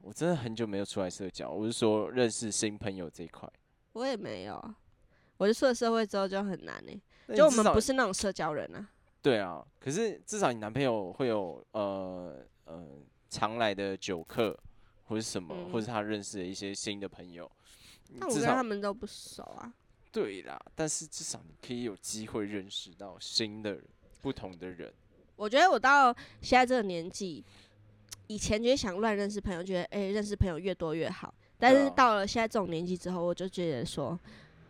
C: 我真的很久没有出来社交，我是说认识新朋友这一块。
A: 我也没有啊，我就出了社会之后就很难呢、
C: 那你
A: 就我
C: 至
A: 们
C: 少
A: 不是那种社交人啊。
C: 对啊，可是至少你男朋友会有呃呃常来的酒客，或者什么，
A: 嗯
C: 或者他认识的一些新的朋友。你
A: 但我
C: 至
A: 跟
C: 少
A: 他们都不熟啊。
C: 对啦，但是至少你可以有机会认识到新的人、不同的人。
A: 我觉得我到现在这个年纪，以前就会想乱认识朋友，觉得哎、认识朋友越多越好。但
C: 对啊
A: 是到了现在这种年纪之后，我就觉得说，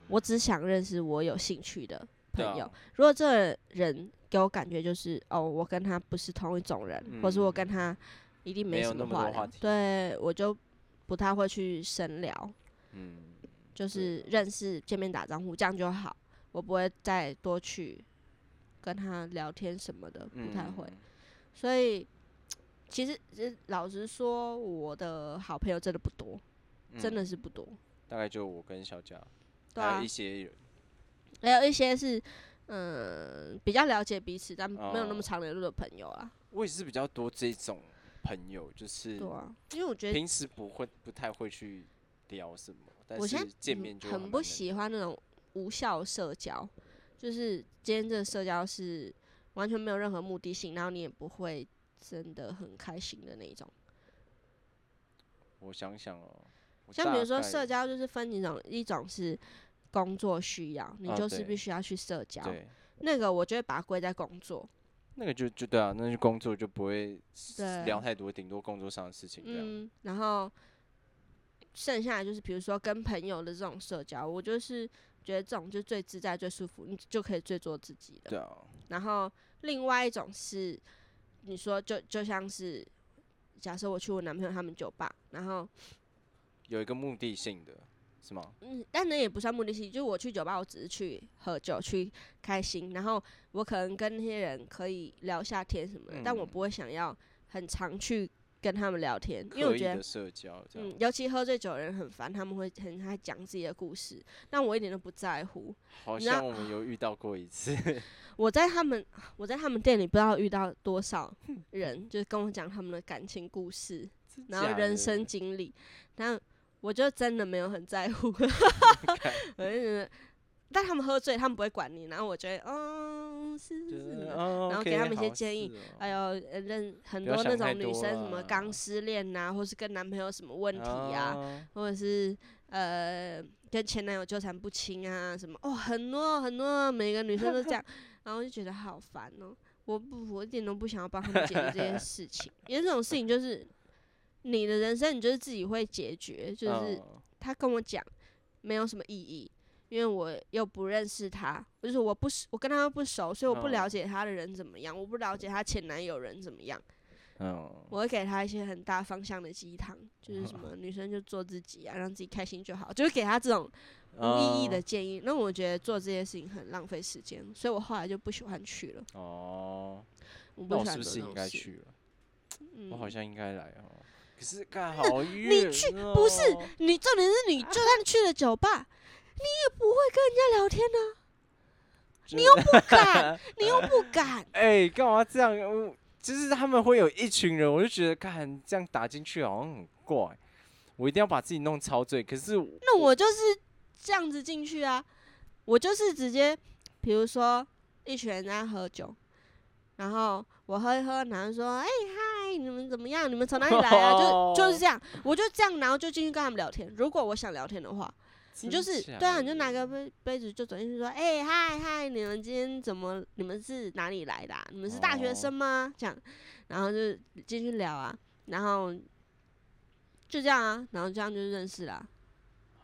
A: 我只想认识我有兴趣的朋
C: 对啊
A: 友。如果这个人给我感觉就是哦，我跟他不是同一种人，或是我跟他一定
C: 嗯没有
A: 什
C: 那
A: 么
C: 么多
A: 聊
C: 话题，
A: 对我就不太会去深聊，
C: 嗯，
A: 就是认识、见面打招呼这样就好，我不会再多去跟他聊天什么的，不太会。
C: 嗯
A: 所以其实其实老实说，我的好朋友真的不多，真的
C: 嗯
A: 是不多。
C: 大概就我跟小佳，
A: 对
C: 还
A: 啊
C: 有一些人。
A: 还有一些是嗯比较了解彼此，但没有那
C: 哦
A: 么常联络的朋友啊。
C: 我也是比较多这种朋友，就是
A: 对啊，因为我觉得
C: 平时不会不太会去聊什么，但
A: 我现
C: 是
A: 在
C: 见
A: 嗯
C: 面就还
A: 很
C: 蛮
A: 不
C: 能
A: 喜欢那种无效社交，就是今天这个社交是完全没有任何目的性，然后你也不会真的很开心的那一种。
C: 我想想哦，我
A: 像比
C: 大
A: 如说
C: 概
A: 社交就是分几种，一种是工作需要，你
C: 啊
A: 就是
C: 对
A: 必须要去社交，
C: 对，
A: 那个我就会把它归在工作。
C: 那个就就对啊，那就工作就不会
A: 对
C: 聊太多，顶多工作上的事情这样。
A: 嗯，然后剩下的就是比如说跟朋友的这种社交，我就是觉得这种就最自在、最舒服，你就可以最做自己的。
C: 对啊，
A: 然后另外一种是你说就就像是假设我去我男朋友他们酒吧，然后
C: 有一个目的性的，是吗？
A: 嗯，但那也不算目的性，就是我去酒吧，我只是去喝酒、去开心，然后我可能跟那些人可以聊下天什么的，但我
C: 嗯
A: 不会想要很常去跟他们聊天，因为
C: 刻
A: 我
C: 意
A: 觉得
C: 的社交这
A: 嗯
C: 样，，
A: 尤其喝醉酒的人很烦，他们会很爱讲自己的故事，但我一点都不在乎。
C: 好
A: 你知道
C: 像我们有遇到过 一次，
A: 我在他们，我在他们店里不知道遇到多少人，就是跟我讲他们的感情故事，然
C: 假
A: 后人
C: 的
A: 生 经历，但我就真的没有很在乎，我就觉得但他们喝醉，他们不会管你，然后我觉得，嗯，是是是，
C: 然
A: 后给他们一些建议，还有呃认很
C: 哦不要
A: 多那
C: 想太
A: 种女
C: 多
A: 生什么
C: 啦
A: 刚失恋呐、或是跟男朋友什么问题啊，
C: 啊，
A: 或者是呃跟前男友纠缠不清啊什么哦，很多很多每个女生都这 样，然后就觉得好烦哦。我不，我一点都不想要帮他们解决这件事 情，因为这种事情就是你的人生，你就是自己会解决，就是
C: 嗯
A: 他跟我讲没有什么意义，因为我又不认识他，就是我不熟，我跟他又不熟，所以我不
C: 嗯
A: 了解他的人怎么样，我不了解他前男友人怎么样。
C: 嗯，
A: 我会给他一些很大方向的鸡汤，就是 什么女生就做自己啊，让自己开心就好，就是给他这种无意
C: 哦嗯
A: 义的建议。那我觉得做这些事情很浪费时间，所以我后来就不喜欢去了。
C: 哦。
A: 我不
C: 那我
A: 喜欢
C: 是
A: 做
C: 不是
A: 这
C: 应
A: 种
C: 该
A: 事？
C: 去了？
A: 嗯
C: 我好像应该来哦。可 是干好远，哦
A: 去不是你重点是你就算去了酒吧，你也不会跟人家聊天呢、
C: 你又
A: 不 敢，你又不敢。
C: 哎，干嘛这样？我就是他们会有一群人，我就觉得看这样打进去好像很怪，我一定要把自己弄超醉。可是我
A: 那我就是这样子进去啊，我就是直接，比如说一群人在喝酒，然后我喝一喝，然后说，哎、嗨，你们怎么样？你们从哪里来啊？ 就就是这样，我就这样，然后就进去跟他们聊天。如果我想聊天的话，你就是
C: 真假
A: 对啊，你就
C: 的
A: 拿个杯杯子就走进去说，哎、嗨嗨，你们今天怎么？你们是哪里来的、啊？你们是大学生吗？这样，然后就进去聊啊，然后就这样啊，然后这样就认识啦、啊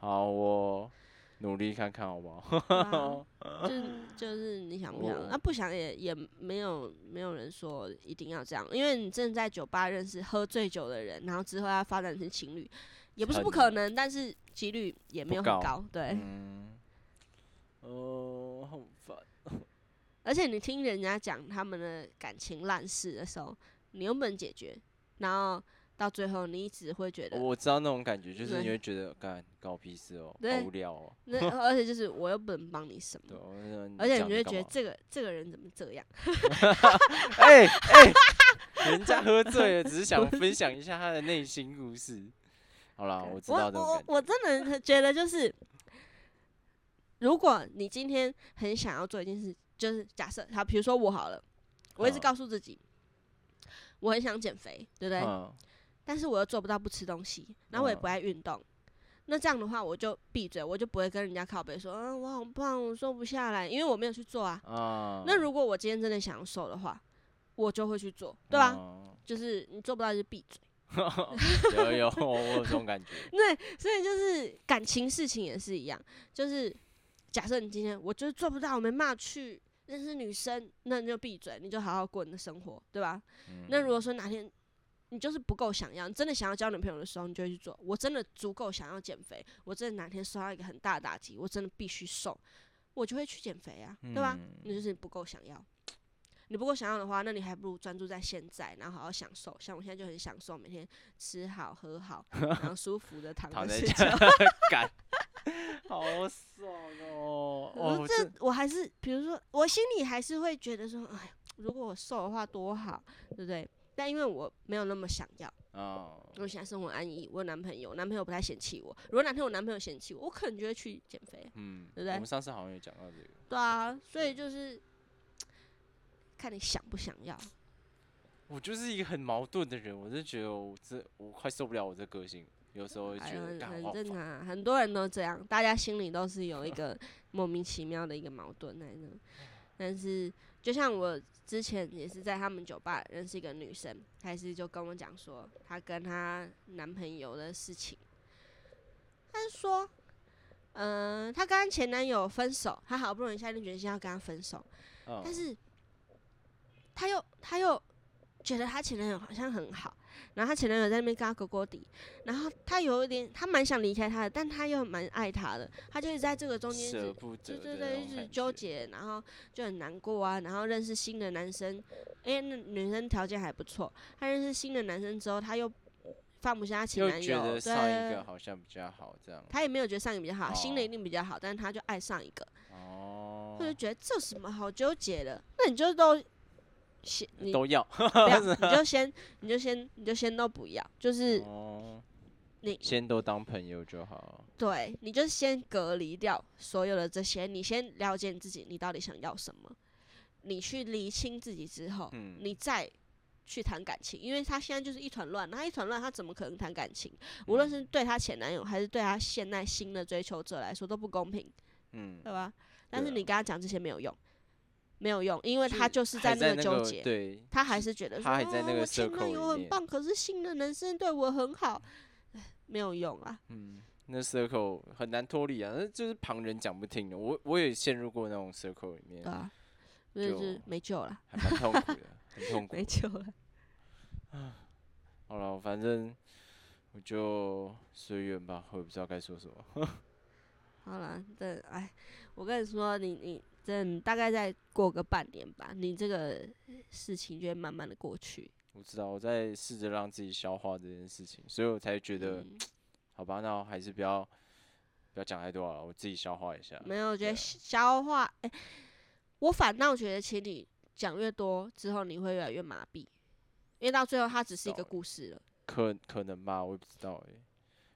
C: 好，我努力看看好 不好？
A: 啊 就是就是你想不想？
C: 我
A: 那、不想也也没有没有人说一定要这样，因为你正在酒吧认识喝醉酒的人，然后之后要发展成情侣，也不是不
C: 很
A: 可能，但是几率也没有
C: 不
A: 很
C: 高
A: 高。对，
C: 嗯，哦，好烦。
A: 而且你听人家讲他们的感情烂事的时候，你又不能解决，然后到最后你只会觉得，
C: 我知道那种感觉，就是你
A: 对
C: 会觉得干搞屁事哦，好
A: 对
C: 无聊哦。
A: 那而且就是我又不能帮你什
C: 对，
A: 么。
C: 我就说
A: 而且
C: 讲
A: 你就会
C: 干
A: 觉得
C: 嘛
A: 这个这个人怎么这样？
C: 哎哎， 人家喝醉了，只是想分享一下他的内心故事。好啦，我知
A: 我
C: 道这种
A: 我
C: 感觉。
A: 我真的觉得就是，如果你今天很想要做一件事，就是假设好，比如说我好了，我一直
C: 嗯
A: 告诉自己，我很想减肥，对不对？
C: 嗯，
A: 但是我又做不到不吃东西，然后我也不
C: 嗯
A: 爱运动。那这样的话，我就闭嘴，我就不会跟人家靠背说，嗯，我好胖，我瘦不下来，因为我没有去做啊。
C: 啊
A: 那如果我今天真的想要瘦的话，我就会去做，对吧、
C: 嗯
A: 就是你做不到就闭嘴。
C: 有有，我有这种感觉。
A: 对，所以就是感情事情也是一样，就是假设你今天我就是做不到，我没办法去认识女生，那你就闭嘴，你就好好过你的生活，对吧？那如果说哪天你就是不够想要，你真的想要交女朋友的时候，你就会去做。我真的足够想要减肥，我真的哪天受到一个很大的打击，我真的必须瘦，我就会去减肥啊，
C: 嗯
A: 对吧？那就是你不够想要。你不够想要的话，那你还不如专注在现在，然后好好享受。像我现在就很享受，每天吃好喝 好，然后舒服的躺
C: 躺
A: 着
C: 在
A: 睡
C: 家
A: 觉。
C: 干，好爽哦！
A: 我
C: 哦
A: 说，
C: 这
A: 这我还是，比如说，我心里还是会觉得说，哎，如果我瘦的话多好，对不对？但因为我没有那么想要，
C: 啊，
A: 我现在生活安逸，我有男朋友，男朋友不太嫌弃我。如果哪天我男朋友嫌弃我，我可能就会去减肥。
C: 嗯，
A: 对不对
C: 我们上次好像有讲到这个。
A: 对啊，所以就是看你想不想要。
C: 我就是一个很矛盾的人，我就觉得我这我快受不了我这个性，有时候会
A: 哎
C: 觉
A: 呀，
C: 得
A: 很
C: 干
A: 很
C: 好
A: 正常
C: 烦。
A: 啊，很多人都这样，大家心里都是有一 个莫名其妙的一个矛盾在
C: 嗯
A: 那。但是，就像我之前也是在他们酒吧认识一个女生，她也是就跟我讲说她跟她男朋友的事情。她是说，嗯、她跟她前男友分手，她好不容易下定决心要跟他分手，
C: 嗯
A: 但是她又她又觉得她前男友好像很好，然后她前男友在那边跟她勾勾底，然后她有一点，她蛮想离开他的，但她又蛮爱他的，她就一直在这个中间一
C: 舍
A: 直
C: 不
A: 对
C: 得的
A: 对
C: 那
A: 对，
C: 种
A: 一直
C: 感
A: 纠
C: 觉，
A: 结，然后就很难过啊。然后认识新的男生，因为那女生条件还不错，她认识新的男生之后，她又放不下她前
C: 又
A: 男
C: 觉
A: 友，
C: 得
A: 对，
C: 上一个好像比较好这样。
A: 她也没有觉得上一个比较好，新的
C: 哦
A: 一定比较好，但是她就爱上一个，
C: 哦
A: 她，就觉得这有什么好纠结的？那你就都先你
C: 都要。
A: 不要，你就先你就先你就先都不要，就是
C: 哦，
A: 你
C: 先都当朋友就好。
A: 对，你就先隔离掉所有的这些，你先了解你自己，你到底想要什么，你去理清自己之后，
C: 嗯
A: 你再去谈感情，因为他现在就是一团乱，他一团乱，他怎么可能谈感情？无论
C: 嗯
A: 是对他前男友还是对他现在新的追求者来说都不公平，
C: 嗯，
A: 对吧？但是
C: 啊
A: 你跟他讲这些没有用，没有用，因为他就是
C: 还
A: 在
C: 在
A: 那个纠结，
C: 对，
A: 他还是觉得说
C: 他还在那
A: 啊
C: 个
A: 我前
C: circle
A: 男
C: 里
A: 友很
C: 面
A: 棒，可是新的男生对我很好，唉没有用啊。
C: 嗯，那 circle 很难脱离啊，那就是旁人讲不听的。我我也陷入过那种 circle 里面
A: 对，啊，所以就是
C: 就
A: 没救了，
C: 还蛮痛苦的，很痛苦
A: 没。救了。
C: 好了，反正我就随缘吧，我也不知道该说什么。
A: 好了，这哎，我跟你说，你你真的大概再过个半年吧，你这个事情就会慢慢的过去。
C: 我知道我在试着让自己消化这件事情，所以我才觉得，
A: 嗯
C: 好吧，那我还是不要不要讲太多好啊了，我自己消化一下。
A: 没有，我觉
C: 对
A: 得
C: 啊
A: 消化，哎、我反倒觉得，其实你讲越多之后，你会越来越麻痹，因为到最后它只是一
C: 到
A: 个
C: 了
A: 故事了。
C: 可可能吧，我也不知道哎、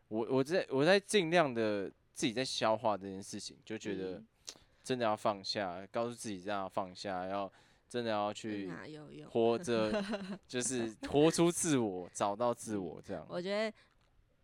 C: 我我在我在尽量的自己在消化这件事情，就觉得
A: 嗯
C: 真的要放下，告诉自己这样放下，要真的要去
A: 哪嗯啊哦有用？
C: 活着，就是活出自我，找到自我这样。
A: 嗯我觉得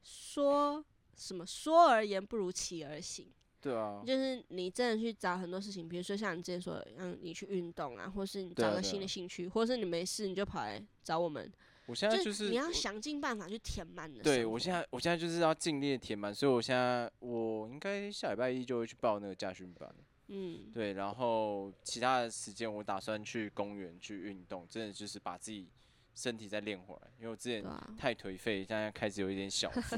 A: 说什么说而言不如其而行。
C: 对啊，
A: 就是你真的去找很多事情，比如说像你之前说的，让你去运动啊，或是你
C: 对啊
A: 找个
C: 对啊
A: 新的兴趣，或是你没事你就跑来找我们，
C: 我现在
A: 就
C: 啊就是
A: 你要
C: 我
A: 想尽办法去填满你的生活。
C: 对我现在我现在就是要尽力地填满，所以我现在我应该下礼拜一就会去报那个驾训班。
A: 嗯，
C: 对，然后其他的时间我打算去公园去运动，真的就是把自己身体再练回来，因为我之
A: 对
C: 前
A: 啊，
C: 太颓废，现在开始有一点 小腹。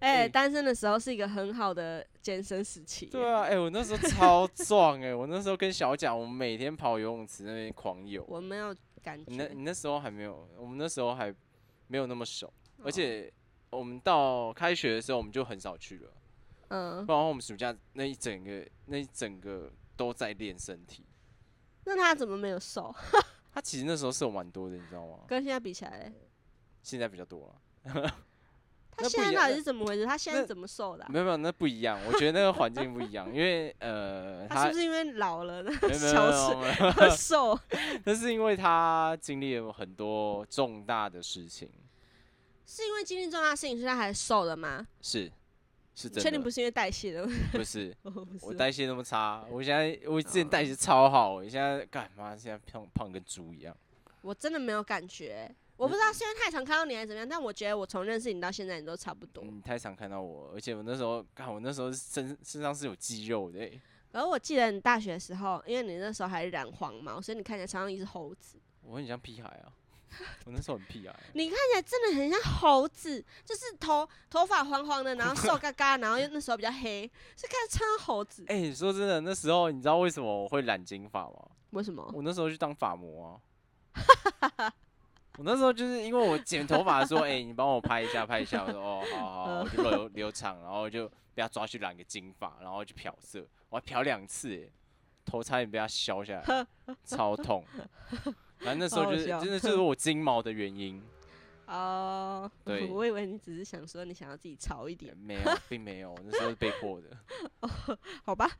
A: 哎、
C: 哎
A: 单身的时候是一个很好的健身时期。
C: 对啊，哎、我那时候超壮哎、我那时候跟小贾，我们每天跑游泳池那边狂游。
A: 我没有感
C: 你那
A: 觉。
C: 你那时候还没有，我们那时候还没有那么熟，
A: 哦
C: 而且我们到开学的时候我们就很少去了，
A: 嗯
C: 不，然我们暑假那一整个那一整个都在练身体。
A: 那他怎么没有瘦？
C: 他其实那时候瘦蛮多的，你知道吗？
A: 跟现在比起来嘞，
C: 现在比较多了。
A: 他
C: 那不
A: 现在
C: 一样
A: 到底
C: 那
A: 是怎么回事？他现在
C: 那
A: 怎么瘦的啊、
C: 没有没有，那不一样。我觉得那个环境不 一样，因为呃，
A: 他
C: 他
A: 是不是因为老了，然后
C: 没 有没有没
A: 憔
C: 有
A: 悴，
C: 没有，
A: 然后 瘦？
C: 那是因为他经历了很多重大的事情，
A: 是因为经历重大事情，所以他还瘦了吗？
C: 是是
A: 你
C: 真
A: 确
C: 的，
A: 定不
C: 是
A: 是因为代谢的问题？
C: 不是
A: 我不是
C: 我
A: 吧
C: 代谢那么差，我现在我之前
A: 哦
C: 代谢超好，我现在干嘛？现在胖胖跟猪一样，
A: 我真的没有感觉，欸我不知道是因为太常看到你还是怎么样，但我觉得我从认识你到现在，你都差不多。
C: 你太常看到我，而且我那时候干，我那时候身身上是有肌肉的欸、
A: 然后我记得你大学的时候，因为你那时候还染黄毛，所以你看起来常常一只猴子，
C: 我很像屁孩 啊，我那时候很屁孩啊、
A: 你看起来真的很像猴子，就是头头发黄黄的，然后瘦嘎嘎，然后又那时候比较黑，所以看起来像猴子。
C: 哎、说真的，那时候你知道为什么我会染金发吗？
A: 为什么？
C: 我那时候去当发模啊。我那时候就是因为我剪头发说，哎、你帮我拍一下，拍一下。我说哦，好好
A: 嗯
C: 好，我就留留长，然后就被他抓去染个金发，然后去漂色，我还漂两次、哎，头差点被他削下来，超痛。反正那时候
A: 好好
C: 就是
A: 笑
C: 真的就是我金毛的 原因，
A: 哦、
C: 对
A: 我以为你只是想说你想要自己潮一
C: 也
A: 点，
C: 没有，并没有，我那时候是被迫的。
A: 好吧？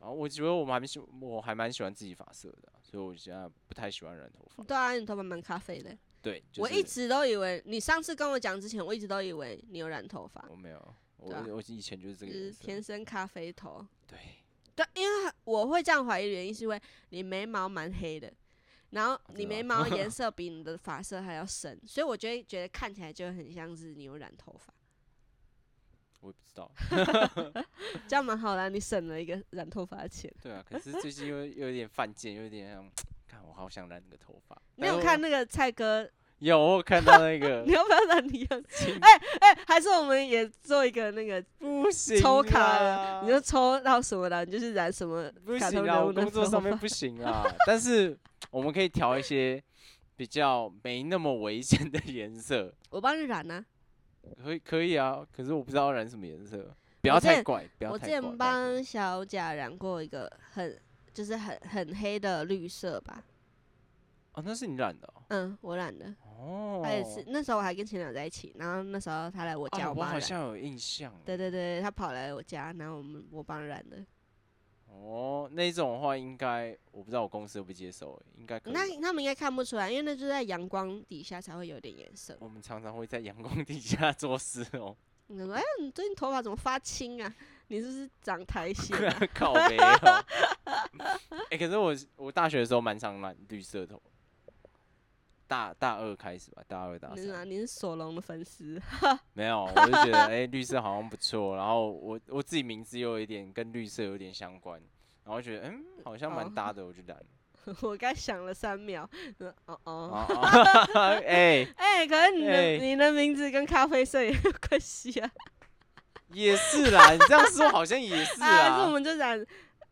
C: 然后我觉得我蛮喜，我还蛮喜欢自己发色的啊，所以我现在不太喜欢染头发。
A: 对啊，你头发蛮咖啡的。
C: 对，就
A: 我一
C: 是
A: 直都以为你上次跟我讲之前，我一直都以为你有染头发，
C: 我没有，我、
A: 对啊
C: 我以前哦就是这
A: 就
C: 个
A: 是
C: 颜色。
A: 天生咖啡头。
C: 对，
A: 对，因为我会这样怀疑的原因是因为你眉毛蛮黑的，然后
C: 真
A: 你
C: 的
A: 眉
C: 哦
A: 毛颜色比你的发色还要深，所以我就会觉得看起来就很像是你有染头发，
C: 我也不知道。
A: 这样蛮好啊啦，你省了一个染头发的钱。
C: 对啊，可是最近又又有点犯贱，又有点像，看我好想染那个头发。
A: 你
C: 但
A: 有
C: 是
A: 看
C: 哎我？呃
A: 那个蔡哥？
C: 有，我有看到那个
A: 你。要不要染一样？
C: 亲
A: 哎、还是我们也做一个那个，
C: 不行，啊
A: 抽卡
C: 了，
A: 你就抽到什么了，你就是染什么
C: 不
A: 卡通
C: 行啊，
A: 人物
C: 我
A: 的
C: 工作
A: 头
C: 上面
A: 发。
C: 不行啊。 但是我们可以调一些比较没那么危险的颜色，
A: 我帮你染啊！
C: 可以可以啊。可是我不知道要染什么颜色，
A: 我
C: 不要
A: 之
C: 太
A: 前
C: 怪，不要
A: 我之前
C: 太怪。拜托
A: 帮小贾染过一个很，就是很很黑的绿色吧，
C: 哦，那是你染的哦。
A: 嗯，我懒的。
C: 哦，
A: 他也哎是，那时候我还跟前男友在一起，然后那时候他来我家，
C: 啊，我
A: 帮他
C: 好
A: 染。
C: 像有印象。
A: 对对对，他跑来我家，然后我们我帮他染的。
C: 哦，那一种的话应该我不知道我公司会不会接受，应该可以吧。
A: 那他们应该看不出来，因为那就是在阳光底下才会有点颜色。
C: 我们常常会在阳光 底下做事哦，
A: 你说，哎呀，你最近头发怎么发青啊？你是不是长 苔藓啊？
C: 靠北哦。 哎、可是我我大学的时候蛮常染绿色头，大大二开始吧，大二大
A: 你是哪？
C: 三
A: 你是索隆的粉丝？
C: 没有，我就觉得哎、绿色好像不错，然后我我自己名字又有一点跟绿色有点相关，然后觉得嗯好像蛮
A: 哦
C: 搭的，我就染了。
A: 我刚想了三秒，嗯哦哦，
C: 啊啊 哎、
A: 哎、可是你的、
C: 哎
A: 你的名字跟咖啡色也有关系啊。
C: 也是啦，你这样说好像也 是
A: 啊，还是我
C: 啦，
A: 们就染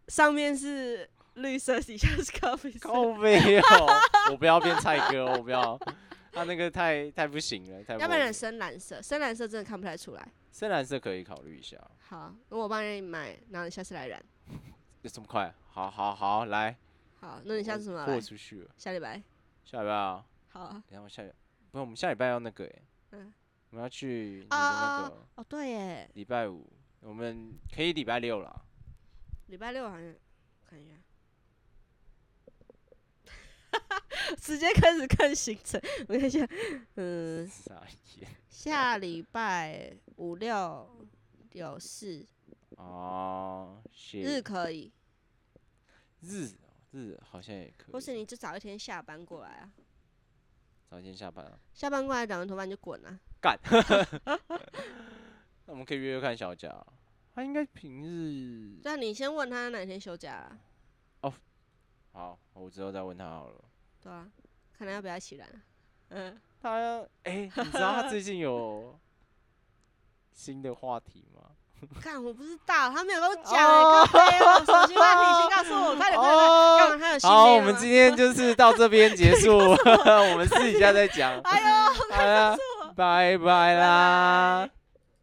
A: 上面是绿色，底下是咖 啡色。
C: 靠背哦，我不要变菜哥，我不要，他那个太太不行了，太
A: 要不然
C: 过
A: 染
C: 分
A: 深蓝色，深蓝色真的看不太出来。
C: 深蓝色可以考虑一下，
A: 好，那我帮你买，然后你下次来染。
C: 有这么快？好好好，来，
A: 好，那你下次什么
C: 豁
A: 来？
C: 出去了，
A: 下礼拜。
C: 下礼拜啊，
A: 好啊，
C: 然后下礼，不是我们下礼拜要那个欸
A: 嗯
C: 我们要去你的那
A: 啊
C: 个
A: 哦对耶，
C: 礼拜五，我们可以礼拜六啦，
A: 礼拜六好像啊看一 下。直接开始看行程，我看一下，嗯，
C: 傻眼
A: 下礼拜五六有事，
C: 哦，是
A: 日
C: 日
A: 可以，
C: 日日好像也可
A: 或是
C: 以，
A: 你就早一天下班过来啊，
C: 早一天下班啊，
A: 下班过来染完头发你就滚啊，
C: 那我们可以约约看小贾啊，他应该平日
A: 对啊，你先问他哪天休假啊，
C: 好，我之后再问他好了。
A: 对啊，看他要不要一起染啊，嗯，
C: 他哎、你知道他最近有新的话题吗？
A: 看我不知道，他没有跟我讲
C: 哦
A: 欸，快点，我手机话题先告诉我，快点快点，
C: 哦
A: 干嘛他有新啊
C: 好，我
A: 恋
C: 们
A: 吗
C: 今天就是到这边结束， 我们私底下再讲。
A: 哎呦。
C: 好啦，拜拜啦。
A: 拜